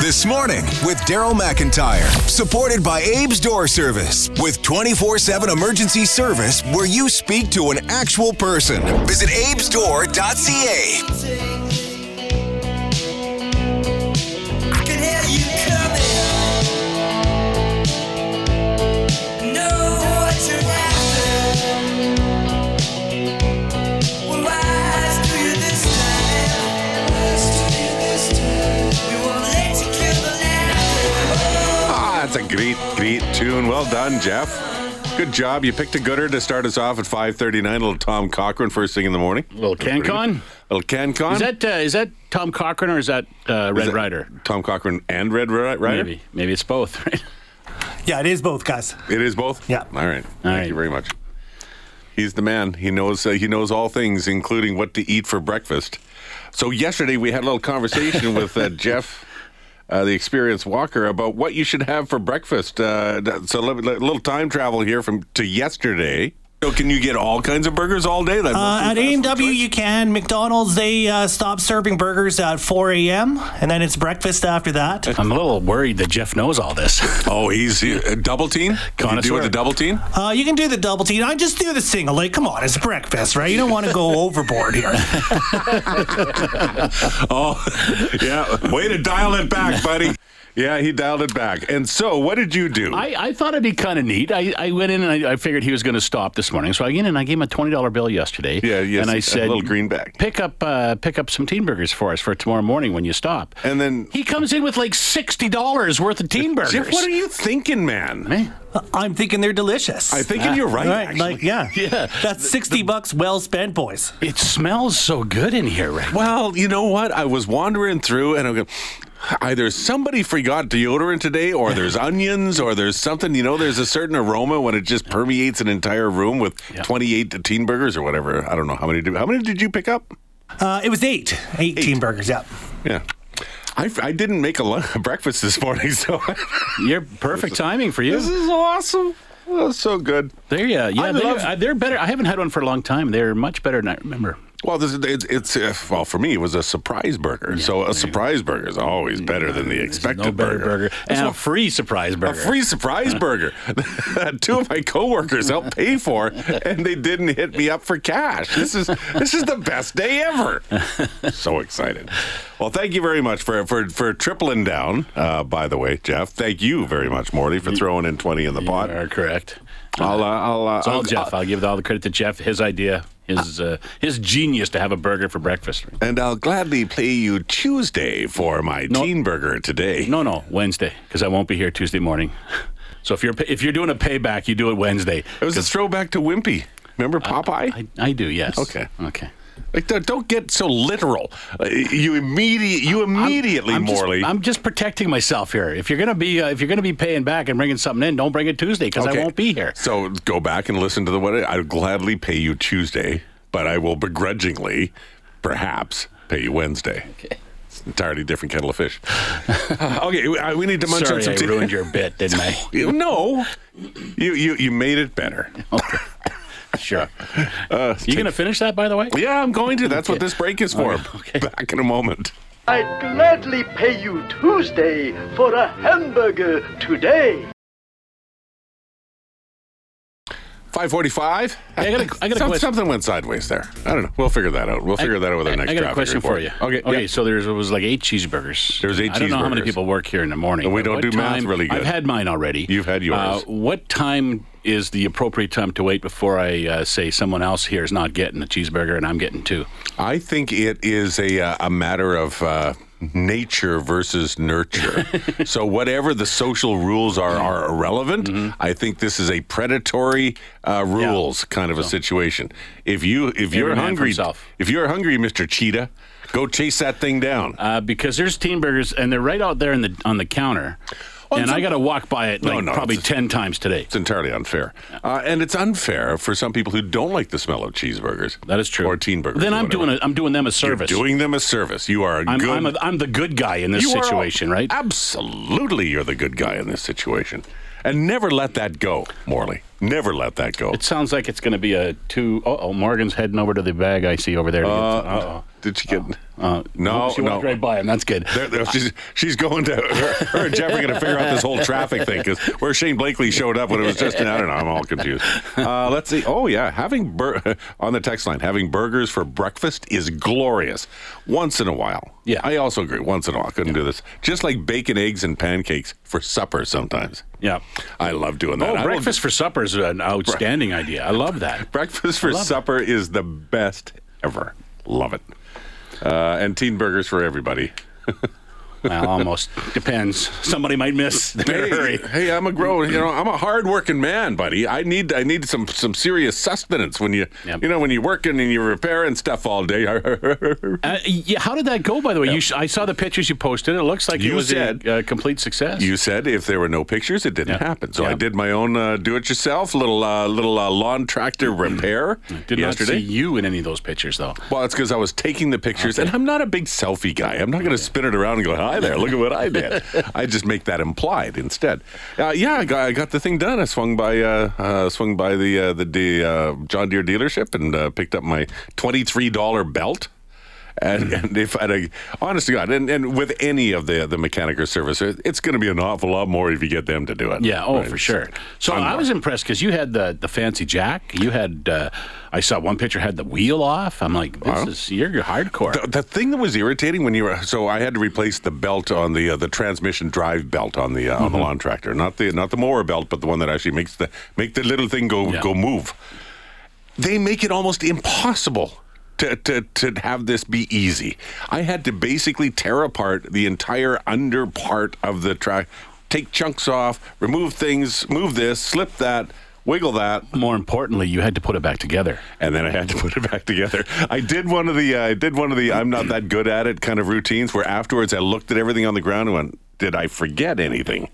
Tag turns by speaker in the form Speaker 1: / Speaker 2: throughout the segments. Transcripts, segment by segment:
Speaker 1: This morning with Daryl McIntyre, supported by Abe's Door Service, with 24 7 emergency service where you speak to an actual person. Visit abesdoor.ca.
Speaker 2: Ah, that's a great, great tune. Well done, Jeff. Good job. You picked a gooder to start us off at 5.39. Little Tom Cochran first thing in the morning.
Speaker 3: Little CanCon?
Speaker 2: Little CanCon.
Speaker 3: Is that uh, is that Tom Cochran or is that uh, Red
Speaker 2: that
Speaker 3: Rider?
Speaker 2: Tom Cochran and Red Ri- Rider?
Speaker 3: Maybe maybe it's both. Right?
Speaker 4: Yeah, it is both, guys.
Speaker 2: It is both?
Speaker 4: Yeah.
Speaker 2: All right. Thank
Speaker 3: right.
Speaker 2: you very much. He's the man. He knows uh, he knows all things, including what to eat for breakfast. So yesterday we had a little conversation with uh, Jeff, uh, the experienced walker, about what you should have for breakfast. Uh, th- so a little time travel here from to yesterday. So can you get all kinds of burgers all day? That
Speaker 4: Uh,
Speaker 2: must
Speaker 4: at
Speaker 2: be fast food
Speaker 4: AMW,
Speaker 2: choice.
Speaker 4: you can. McDonald's, they uh, stop serving burgers at 4 a.m., and then it's breakfast after that.
Speaker 3: I'm a little worried that Jeff knows all this.
Speaker 2: Oh, he's he, uh, double team. Can you do
Speaker 3: Connoisseur.
Speaker 2: with the double team?
Speaker 4: Uh, you can do the double team. I just do the single. Like, come on, it's breakfast, right? You don't want to go overboard here.
Speaker 2: Oh, yeah. Way to dial it back, buddy. Yeah, he dialed it back. And so, what did you do?
Speaker 3: I, I thought it'd be kind of neat. I, I went in and I, I figured he was going to stop this morning, so I went in and I gave him a twenty dollar bill yesterday.
Speaker 2: Yeah, yes,
Speaker 3: And I
Speaker 2: a
Speaker 3: said,
Speaker 2: little greenback.
Speaker 3: Pick up uh, pick up some teen burgers for us for tomorrow morning when you stop.
Speaker 2: And then-
Speaker 3: he comes in with like sixty dollars worth of teen burgers.
Speaker 2: Jeff, what are you thinking, man?
Speaker 3: Eh?
Speaker 4: Uh, I'm thinking they're delicious.
Speaker 2: I'm thinking you're right.
Speaker 4: Right,
Speaker 2: actually.
Speaker 4: like yeah,
Speaker 3: Yeah.
Speaker 4: That's sixty bucks well spent, boys.
Speaker 3: It smells so good in here, right?
Speaker 2: well, you know what? I was wandering through, and I'm going. Either somebody forgot deodorant today, or there's onions, or there's something. You know, there's a certain aroma when it just permeates an entire room with 28 teen burgers or whatever. I don't know how many. Did, how many did you pick up?
Speaker 4: Uh, it was eight, eight, team burgers. Yeah.
Speaker 2: Yeah, I, I didn't make a, lunch, a breakfast this morning, so
Speaker 3: You're perfect timing for you.
Speaker 2: this is awesome. Oh, so good.
Speaker 3: They're yeah, yeah.
Speaker 2: I
Speaker 3: They,
Speaker 2: love-
Speaker 3: uh, they're better. I haven't had one for a long time. They're much better than I remember.
Speaker 2: Well, this is, it's, it's uh, well for me. It was a surprise burger. so a surprise burger is always better than the expected
Speaker 3: no better burger.
Speaker 2: That's
Speaker 3: and a
Speaker 2: what-
Speaker 3: free surprise
Speaker 2: a
Speaker 3: burger.
Speaker 2: free surprise burger. Two of my coworkers helped pay for, and they didn't hit me up for cash. This is this is the best day ever. So excited. Well, thank you very much for for, for tripling down. Uh, by the way, Jeff, thank you very much, Morty, for throwing in twenty in the
Speaker 3: You
Speaker 2: pot.
Speaker 3: are Uh, correct.
Speaker 2: I'll uh, I'll, uh,
Speaker 3: It's all
Speaker 2: I'll-
Speaker 3: Jeff. I'll give all the credit to Jeff. His idea, his uh, his genius to have a burger for breakfast.
Speaker 2: and I'll gladly play you Tuesday for my teen burger today.
Speaker 3: No, no, Wednesday, because I won't be here Tuesday morning. So if you're pa- if you're doing a payback, you do it Wednesday.
Speaker 2: It was a throwback to Wimpy. Remember Popeye?
Speaker 3: I, I do, yes.
Speaker 2: Okay.
Speaker 3: okay.
Speaker 2: like, don't, don't get so literal. Uh, you immediate, you immediately,
Speaker 3: I'm just,
Speaker 2: Morley.
Speaker 3: I'm just protecting myself here. If you're gonna be uh, if you're gonna be paying back and bringing something in, don't bring it Tuesday because
Speaker 2: Okay.
Speaker 3: I won't be here.
Speaker 2: So go back and listen to the what I'll gladly pay you Tuesday, but I will begrudgingly, perhaps, pay you Wednesday. Okay. It's an entirely different kettle of fish. okay, we, I- we need to munch on
Speaker 3: Sorry,
Speaker 2: some
Speaker 3: I
Speaker 2: tea.
Speaker 3: ruined your bit, didn't I?
Speaker 2: You- no, you, you you made it better. Uh,
Speaker 3: Sure. Oh. you gonna finish that, by the way?
Speaker 2: Yeah, I'm going to. That's what this break is for. Back in a moment.
Speaker 5: I'd gladly pay you Tuesday for a hamburger today.
Speaker 2: 545?
Speaker 3: Hey, I got a- I got a
Speaker 2: Some-
Speaker 3: question.
Speaker 2: Something went sideways there. I don't know. We'll figure that out. We'll figure that out with our next
Speaker 3: I got a
Speaker 2: traffic
Speaker 3: question
Speaker 2: report.
Speaker 3: for you.
Speaker 2: Okay.
Speaker 3: Okay.
Speaker 2: yeah.
Speaker 3: So there's it was like eight cheeseburgers.
Speaker 2: There's eight
Speaker 3: I don't know how many
Speaker 2: cheeseburgers.
Speaker 3: people work here in the morning.
Speaker 2: And we
Speaker 3: but
Speaker 2: don't
Speaker 3: what
Speaker 2: do math
Speaker 3: time-
Speaker 2: really good.
Speaker 3: I've had mine already.
Speaker 2: You've had yours.
Speaker 3: Uh, what time is the appropriate time to wait before I uh, say someone else here is not getting a cheeseburger and I'm getting two?
Speaker 2: I think it is a, uh, a matter of uh, nature versus nurture. so, whatever the social rules are, are irrelevant.
Speaker 3: Mm-hmm.
Speaker 2: I think this is a predatory uh, rules kind of a situation. If you if you're
Speaker 3: man for
Speaker 2: hungry,
Speaker 3: himself.
Speaker 2: if you're hungry, Mister Cheetah, go chase that thing down.
Speaker 3: Uh, because there's teen burgers and they're right out there in the on the counter,
Speaker 2: Oh,
Speaker 3: and
Speaker 2: it's
Speaker 3: I
Speaker 2: a-
Speaker 3: got to walk by it
Speaker 2: No,
Speaker 3: like
Speaker 2: no,
Speaker 3: probably
Speaker 2: it's-
Speaker 3: ten times today.
Speaker 2: It's entirely unfair. Uh, and it's unfair for some people who don't like the smell of cheeseburgers.
Speaker 3: That is true.
Speaker 2: Or teen burgers.
Speaker 3: Then
Speaker 2: or
Speaker 3: I'm
Speaker 2: whatever.
Speaker 3: doing a, I'm doing them a
Speaker 2: You're
Speaker 3: service.
Speaker 2: doing them a service. You are a
Speaker 3: I'm,
Speaker 2: good
Speaker 3: I'm, a, I'm the good guy in this
Speaker 2: you are-
Speaker 3: situation, right?
Speaker 2: Absolutely, you're the good guy in this situation. And never let that go, Morley. Never let that go.
Speaker 3: It sounds like it's going to be a two oh oh, Morgan's heading over to the bag I see over there. To
Speaker 2: Uh,
Speaker 3: get some- uh-oh.
Speaker 2: Did she get?
Speaker 3: Uh,
Speaker 2: no,
Speaker 3: she
Speaker 2: no.
Speaker 3: walked right by him. That's good.
Speaker 2: There- there- she's, she's going to her, her and Jeff are going to figure out this whole traffic thing because where Shane Blakely showed up when it was just an, I don't know I'm all confused. Uh, let's see. Oh yeah, having bur- on the text line having burgers for breakfast is glorious. Once in a while.
Speaker 3: Yeah.
Speaker 2: I also agree. Once in a while, couldn't do this. Just like bacon, eggs, and pancakes for supper sometimes.
Speaker 3: Yeah.
Speaker 2: I love doing that.
Speaker 3: Oh,
Speaker 2: I will-
Speaker 3: breakfast for supper is an outstanding idea. I love that.
Speaker 2: breakfast for
Speaker 3: Love it.
Speaker 2: supper is the best ever. Love it. Uh, and teen burgers for everybody.
Speaker 3: Well, almost depends. Somebody might miss their
Speaker 2: Hey,
Speaker 3: hurry.
Speaker 2: hey, I'm a grown, you know, I'm a hardworking man, buddy. I need, I need some, some serious sustenance when you,
Speaker 3: Yep.
Speaker 2: you know, when you're working and you're repairing stuff all day.
Speaker 3: Uh, yeah, how did that go? By the way, you sh- I saw the pictures you posted. It looks like it
Speaker 2: You
Speaker 3: was
Speaker 2: said-
Speaker 3: a uh, complete success.
Speaker 2: you said if there were no pictures, it didn't
Speaker 3: Yep.
Speaker 2: happen. So I
Speaker 3: Yep.
Speaker 2: did my own uh, do-it-yourself little, uh, little uh, lawn tractor repair
Speaker 3: did
Speaker 2: yesterday.
Speaker 3: not see you in any of those pictures, though.
Speaker 2: Well, it's because I was taking the pictures, and I'm not a big selfie guy. I'm not going to spin it around and go, "Hi there, look at what I did." I just make that implied instead. Uh, yeah, I got, I got the thing done. I swung by, uh, uh, swung by the uh, the, the uh, John Deere dealership and uh, picked up my twenty three dollar belt.
Speaker 3: Hmm.
Speaker 2: And, and if I'd, uh, honest to God, and, and with any of the the mechanic or service, it- it's going to be an awful lot more if you get them to do it.
Speaker 3: Yeah, oh
Speaker 2: Right.
Speaker 3: for sure. So
Speaker 2: Fun
Speaker 3: I
Speaker 2: work.
Speaker 3: was impressed because you had the the fancy jack. You had uh, I saw one picture had the wheel off. I'm like, this is you're, you're hardcore.
Speaker 2: The, the thing that was irritating when you were so I had to replace the belt on the uh, the transmission drive belt on the uh, on the lawn tractor, not the not the mower belt, but the one that actually makes the make the little thing go
Speaker 3: Yeah.
Speaker 2: go move. They make it almost impossible. To, to, to have this be easy, I had to basically tear apart the entire under part of the track, take chunks off, remove things, move this, slip that, wiggle that,
Speaker 3: More importantly, you had to put it back together.
Speaker 2: and then I had to put it back together. I did one of the uh, I did one of the I'm not that good at it kind of routines where afterwards I looked at everything on the ground and went, did I forget anything?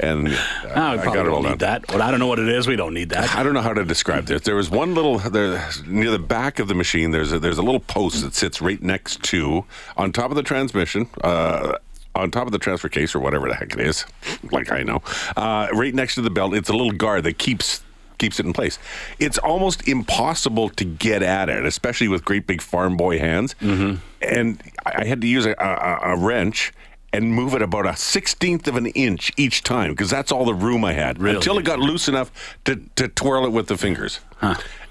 Speaker 2: And uh,
Speaker 3: Ah,
Speaker 2: I
Speaker 3: we probably
Speaker 2: got it
Speaker 3: don't
Speaker 2: all
Speaker 3: need
Speaker 2: done.
Speaker 3: that. Well, I don't know what it is. We don't need that.
Speaker 2: I don't know how to describe this. There was one little there near the back of the machine. There's a, there's a little post that sits right next to on top of the transmission, uh, on top of the transfer case or whatever the heck it is. Like I know, uh, right next to the belt. It's a little guard that keeps keeps it in place. It's almost impossible to get at it, especially with great big farm boy hands. And I I had to use a, a, a- a wrench. And move it about a sixteenth of an inch each time, because that's all the room I had.
Speaker 3: Really?
Speaker 2: Until it got loose enough to, to twirl it with the fingers.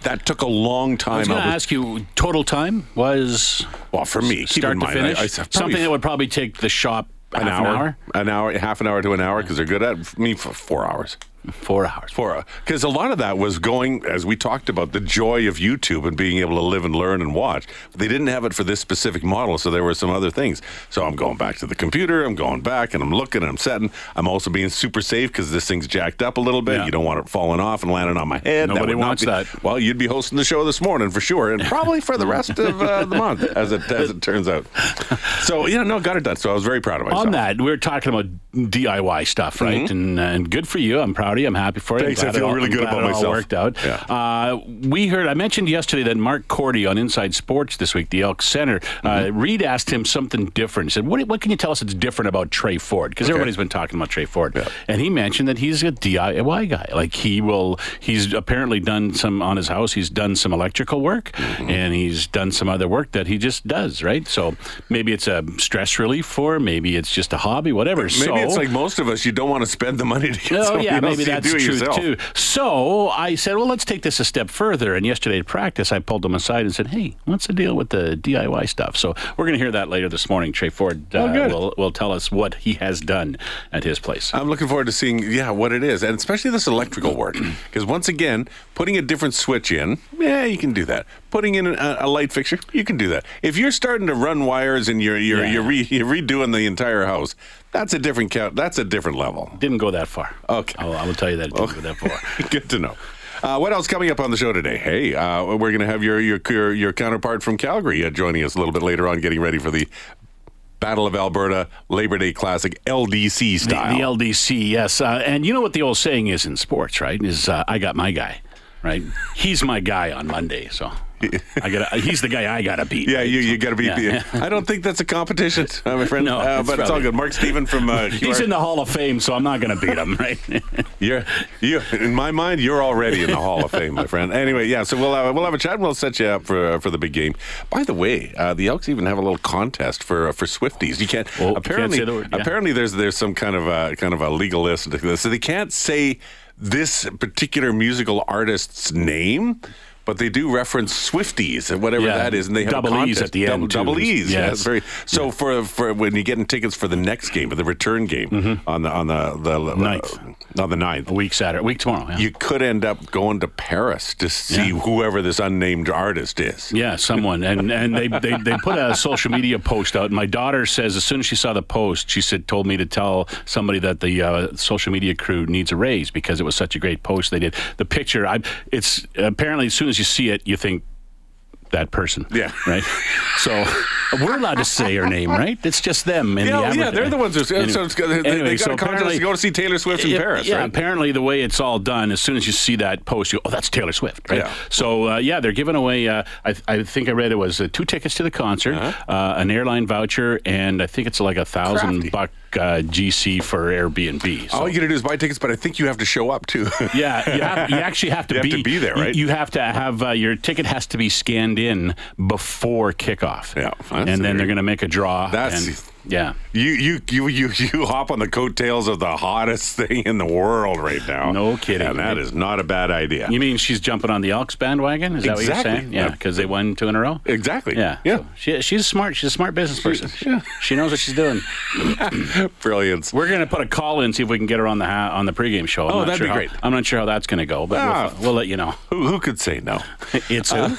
Speaker 2: That took a long time.
Speaker 3: I was going
Speaker 2: I
Speaker 3: to
Speaker 2: was-
Speaker 3: ask you, total time was
Speaker 2: well, for me, keep
Speaker 3: start
Speaker 2: in
Speaker 3: to
Speaker 2: mind, I-
Speaker 3: finish
Speaker 2: I s- probably
Speaker 3: something that would probably take the shop
Speaker 2: an
Speaker 3: half
Speaker 2: hour,
Speaker 3: an hour,
Speaker 2: an hour, half an hour to an hour, because they're good at f- me for four hours.
Speaker 3: four hours.
Speaker 2: For because a lot of that was going as we talked about the joy of YouTube and being able to live and learn and watch. They didn't have it for this specific model, so there were some other things. So I'm going back to the computer. I'm going back and I'm looking and I'm setting. I'm also being super safe because this thing's jacked up a little bit.
Speaker 3: Yeah.
Speaker 2: You don't want it falling off and landing on my head.
Speaker 3: Nobody
Speaker 2: would not
Speaker 3: wants
Speaker 2: be-
Speaker 3: that.
Speaker 2: Well, you'd be hosting the show this morning for sure, and probably for the rest of uh, the month, as it as it turns out. So yeah, no, got it done. So I was very proud of myself.
Speaker 3: On that, we were talking about DIY stuff, right? And uh, and good for you. I'm proud of you. I'm happy for you. I'm
Speaker 2: Mm-hmm. Thanks. I
Speaker 3: glad it
Speaker 2: feel
Speaker 3: all-
Speaker 2: really
Speaker 3: I'm
Speaker 2: good
Speaker 3: glad
Speaker 2: about
Speaker 3: it all
Speaker 2: myself.
Speaker 3: Worked out.
Speaker 2: Yeah.
Speaker 3: Uh, we heard. I mentioned yesterday that Mark Cordy on Inside Sports this week, the Elk Center.
Speaker 2: Mm-hmm.
Speaker 3: Uh, Reed asked him something different. He said, "What what can you tell us that's different about Trey Ford? Because everybody's been talking about Trey Ford." And he mentioned that he's a DIY guy. Like he will. He's apparently done some on his house. He's done some electrical work,
Speaker 2: Mm-hmm.
Speaker 3: and he's done some other work that he just does. Right. So maybe it's a stress relief for. him. Maybe it's just a hobby. Whatever.
Speaker 2: Maybe
Speaker 3: so,
Speaker 2: it's like most of us. You don't want to spend the money to get
Speaker 3: Oh
Speaker 2: somebody
Speaker 3: yeah,
Speaker 2: else
Speaker 3: maybe
Speaker 2: to
Speaker 3: that's
Speaker 2: do it
Speaker 3: true
Speaker 2: yourself.
Speaker 3: too. So I said, well, let's take this a step further. And yesterday at practice, I pulled them aside and said, hey, what's the deal with the DIY stuff? So we're going to hear that later this morning. Trey Ford uh,
Speaker 2: Oh, good. Uh,
Speaker 3: will will tell us what he has done at his place.
Speaker 2: I'm looking forward to seeing, yeah, what it is, and especially this electrical work, because once again, putting a different switch in, yeah, you can do that. Putting in a, a light fixture, you can do that. If you're starting to run wires and you're you're
Speaker 3: Yeah.
Speaker 2: you're, re, you're redoing the entire house, that's a different count. That's a different level.
Speaker 3: didn't go that far. Oh,
Speaker 2: Okay.
Speaker 3: I will, I will tell you that it didn't go that far.
Speaker 2: Good to know. Uh, what else coming up on the show today? Hey, uh, we're going to have your, your your your counterpart from Calgary uh, joining us a little bit later on, getting ready for the Battle of Alberta Labor Day Classic LDC
Speaker 3: The,
Speaker 2: style.
Speaker 3: the LDC, yes. Uh, and you know what the old saying is in sports, right? Is uh, I got my guy, right? He's my guy on Monday. So I got. He's the guy I gotta beat.
Speaker 2: Yeah, you, you got to beat
Speaker 3: Yeah.
Speaker 2: the. I don't think that's a competition, uh, my friend.
Speaker 3: No,
Speaker 2: uh,
Speaker 3: it's
Speaker 2: but it's all
Speaker 3: probably-
Speaker 2: good. Mark Steven from uh,
Speaker 3: He's
Speaker 2: QR
Speaker 3: in the Hall of Fame, so I'm not gonna beat him, right?
Speaker 2: You're, you, in my mind, you're already in the Hall of Fame, my friend. Anyway, yeah. So we'll uh, we'll have a chat. and We'll set you up for uh, for the big game. By the way, uh, the Elks even have a little contest for uh, for Swifties. You can't
Speaker 3: Oh,
Speaker 2: apparently
Speaker 3: can't say the word, yeah.
Speaker 2: apparently there's there's some kind of a kind of a legal list to this, so they can't say this particular musical artist's name. But they do reference Swifties and whatever
Speaker 3: Yeah,
Speaker 2: that is, and they have a
Speaker 3: double E's
Speaker 2: contest.
Speaker 3: at the
Speaker 2: Double,
Speaker 3: end, too.
Speaker 2: double E's, yeah,
Speaker 3: Yes.
Speaker 2: it's very. So for for when you're getting tickets for the next game, the return game
Speaker 3: Mm-hmm.
Speaker 2: on the on the the
Speaker 3: Ninth.
Speaker 2: uh, on the ninth,
Speaker 3: a week Saturday, a week tomorrow. Yeah.
Speaker 2: you could end up going to Paris to see
Speaker 3: Yeah.
Speaker 2: whoever this unnamed artist is.
Speaker 3: Yeah, someone. And and they, they, they put a social media post out. My daughter says as soon as she saw the post, she said told me to tell somebody that the uh, social media crew needs a raise because it was such a great post they did. The picture, I it's apparently as soon as you see it, you think that person.
Speaker 2: Yeah.
Speaker 3: Right? So we're allowed to say her name, right? It's just them. In
Speaker 2: Yeah,
Speaker 3: the
Speaker 2: yeah,
Speaker 3: advert-
Speaker 2: they're the ones who. So
Speaker 3: Anyway-
Speaker 2: it's, they, they
Speaker 3: anyway,
Speaker 2: got
Speaker 3: so
Speaker 2: a contest
Speaker 3: apparently-
Speaker 2: to go to see Taylor Swift in
Speaker 3: yeah,
Speaker 2: Paris,
Speaker 3: Yeah,
Speaker 2: right?
Speaker 3: apparently the way it's all done, as soon as you see that post, you go, oh, that's Taylor Swift, right?
Speaker 2: Yeah.
Speaker 3: So uh, yeah, they're giving away. Uh, I, I think I read it was uh, two tickets to the concert, uh an airline voucher, and I think it's like a
Speaker 2: Uh-huh. Crafty. Oh,
Speaker 3: thousand buck uh, GC for Airbnb. So.
Speaker 2: All you got to do is buy tickets, but I think you have to show up too.
Speaker 3: Yeah, you, have, you actually have to,
Speaker 2: You have
Speaker 3: be,
Speaker 2: to be there,
Speaker 3: you-
Speaker 2: right?
Speaker 3: You, have to have uh, your ticket has to be scanned in before kickoff.
Speaker 2: Yeah, that's
Speaker 3: and then
Speaker 2: weird.
Speaker 3: they're going to make a draw.
Speaker 2: That's-
Speaker 3: and- yeah.
Speaker 2: you, you you you you hop on the coattails of the hottest thing in the world right now.
Speaker 3: No kidding.
Speaker 2: And that is not a bad idea.
Speaker 3: You mean she's jumping on the Elks bandwagon? Is that what
Speaker 2: Exactly.
Speaker 3: you're saying? Yeah,
Speaker 2: Yeah.
Speaker 3: because they won two in a row.
Speaker 2: exactly.
Speaker 3: Yeah.
Speaker 2: Yeah.
Speaker 3: So she, she's smart. She's a smart business person. She, knows what she's doing.
Speaker 2: Brilliance.
Speaker 3: We're going to put a call in, see if we can get her on the ha- on the pregame show. I'm
Speaker 2: Oh,
Speaker 3: not
Speaker 2: that'd
Speaker 3: sure
Speaker 2: be
Speaker 3: how-
Speaker 2: great.
Speaker 3: I'm not sure how that's going to go, but
Speaker 2: Ah. Uh,
Speaker 3: we'll, we'll let you know.
Speaker 2: Who, who could say no?
Speaker 3: It's who?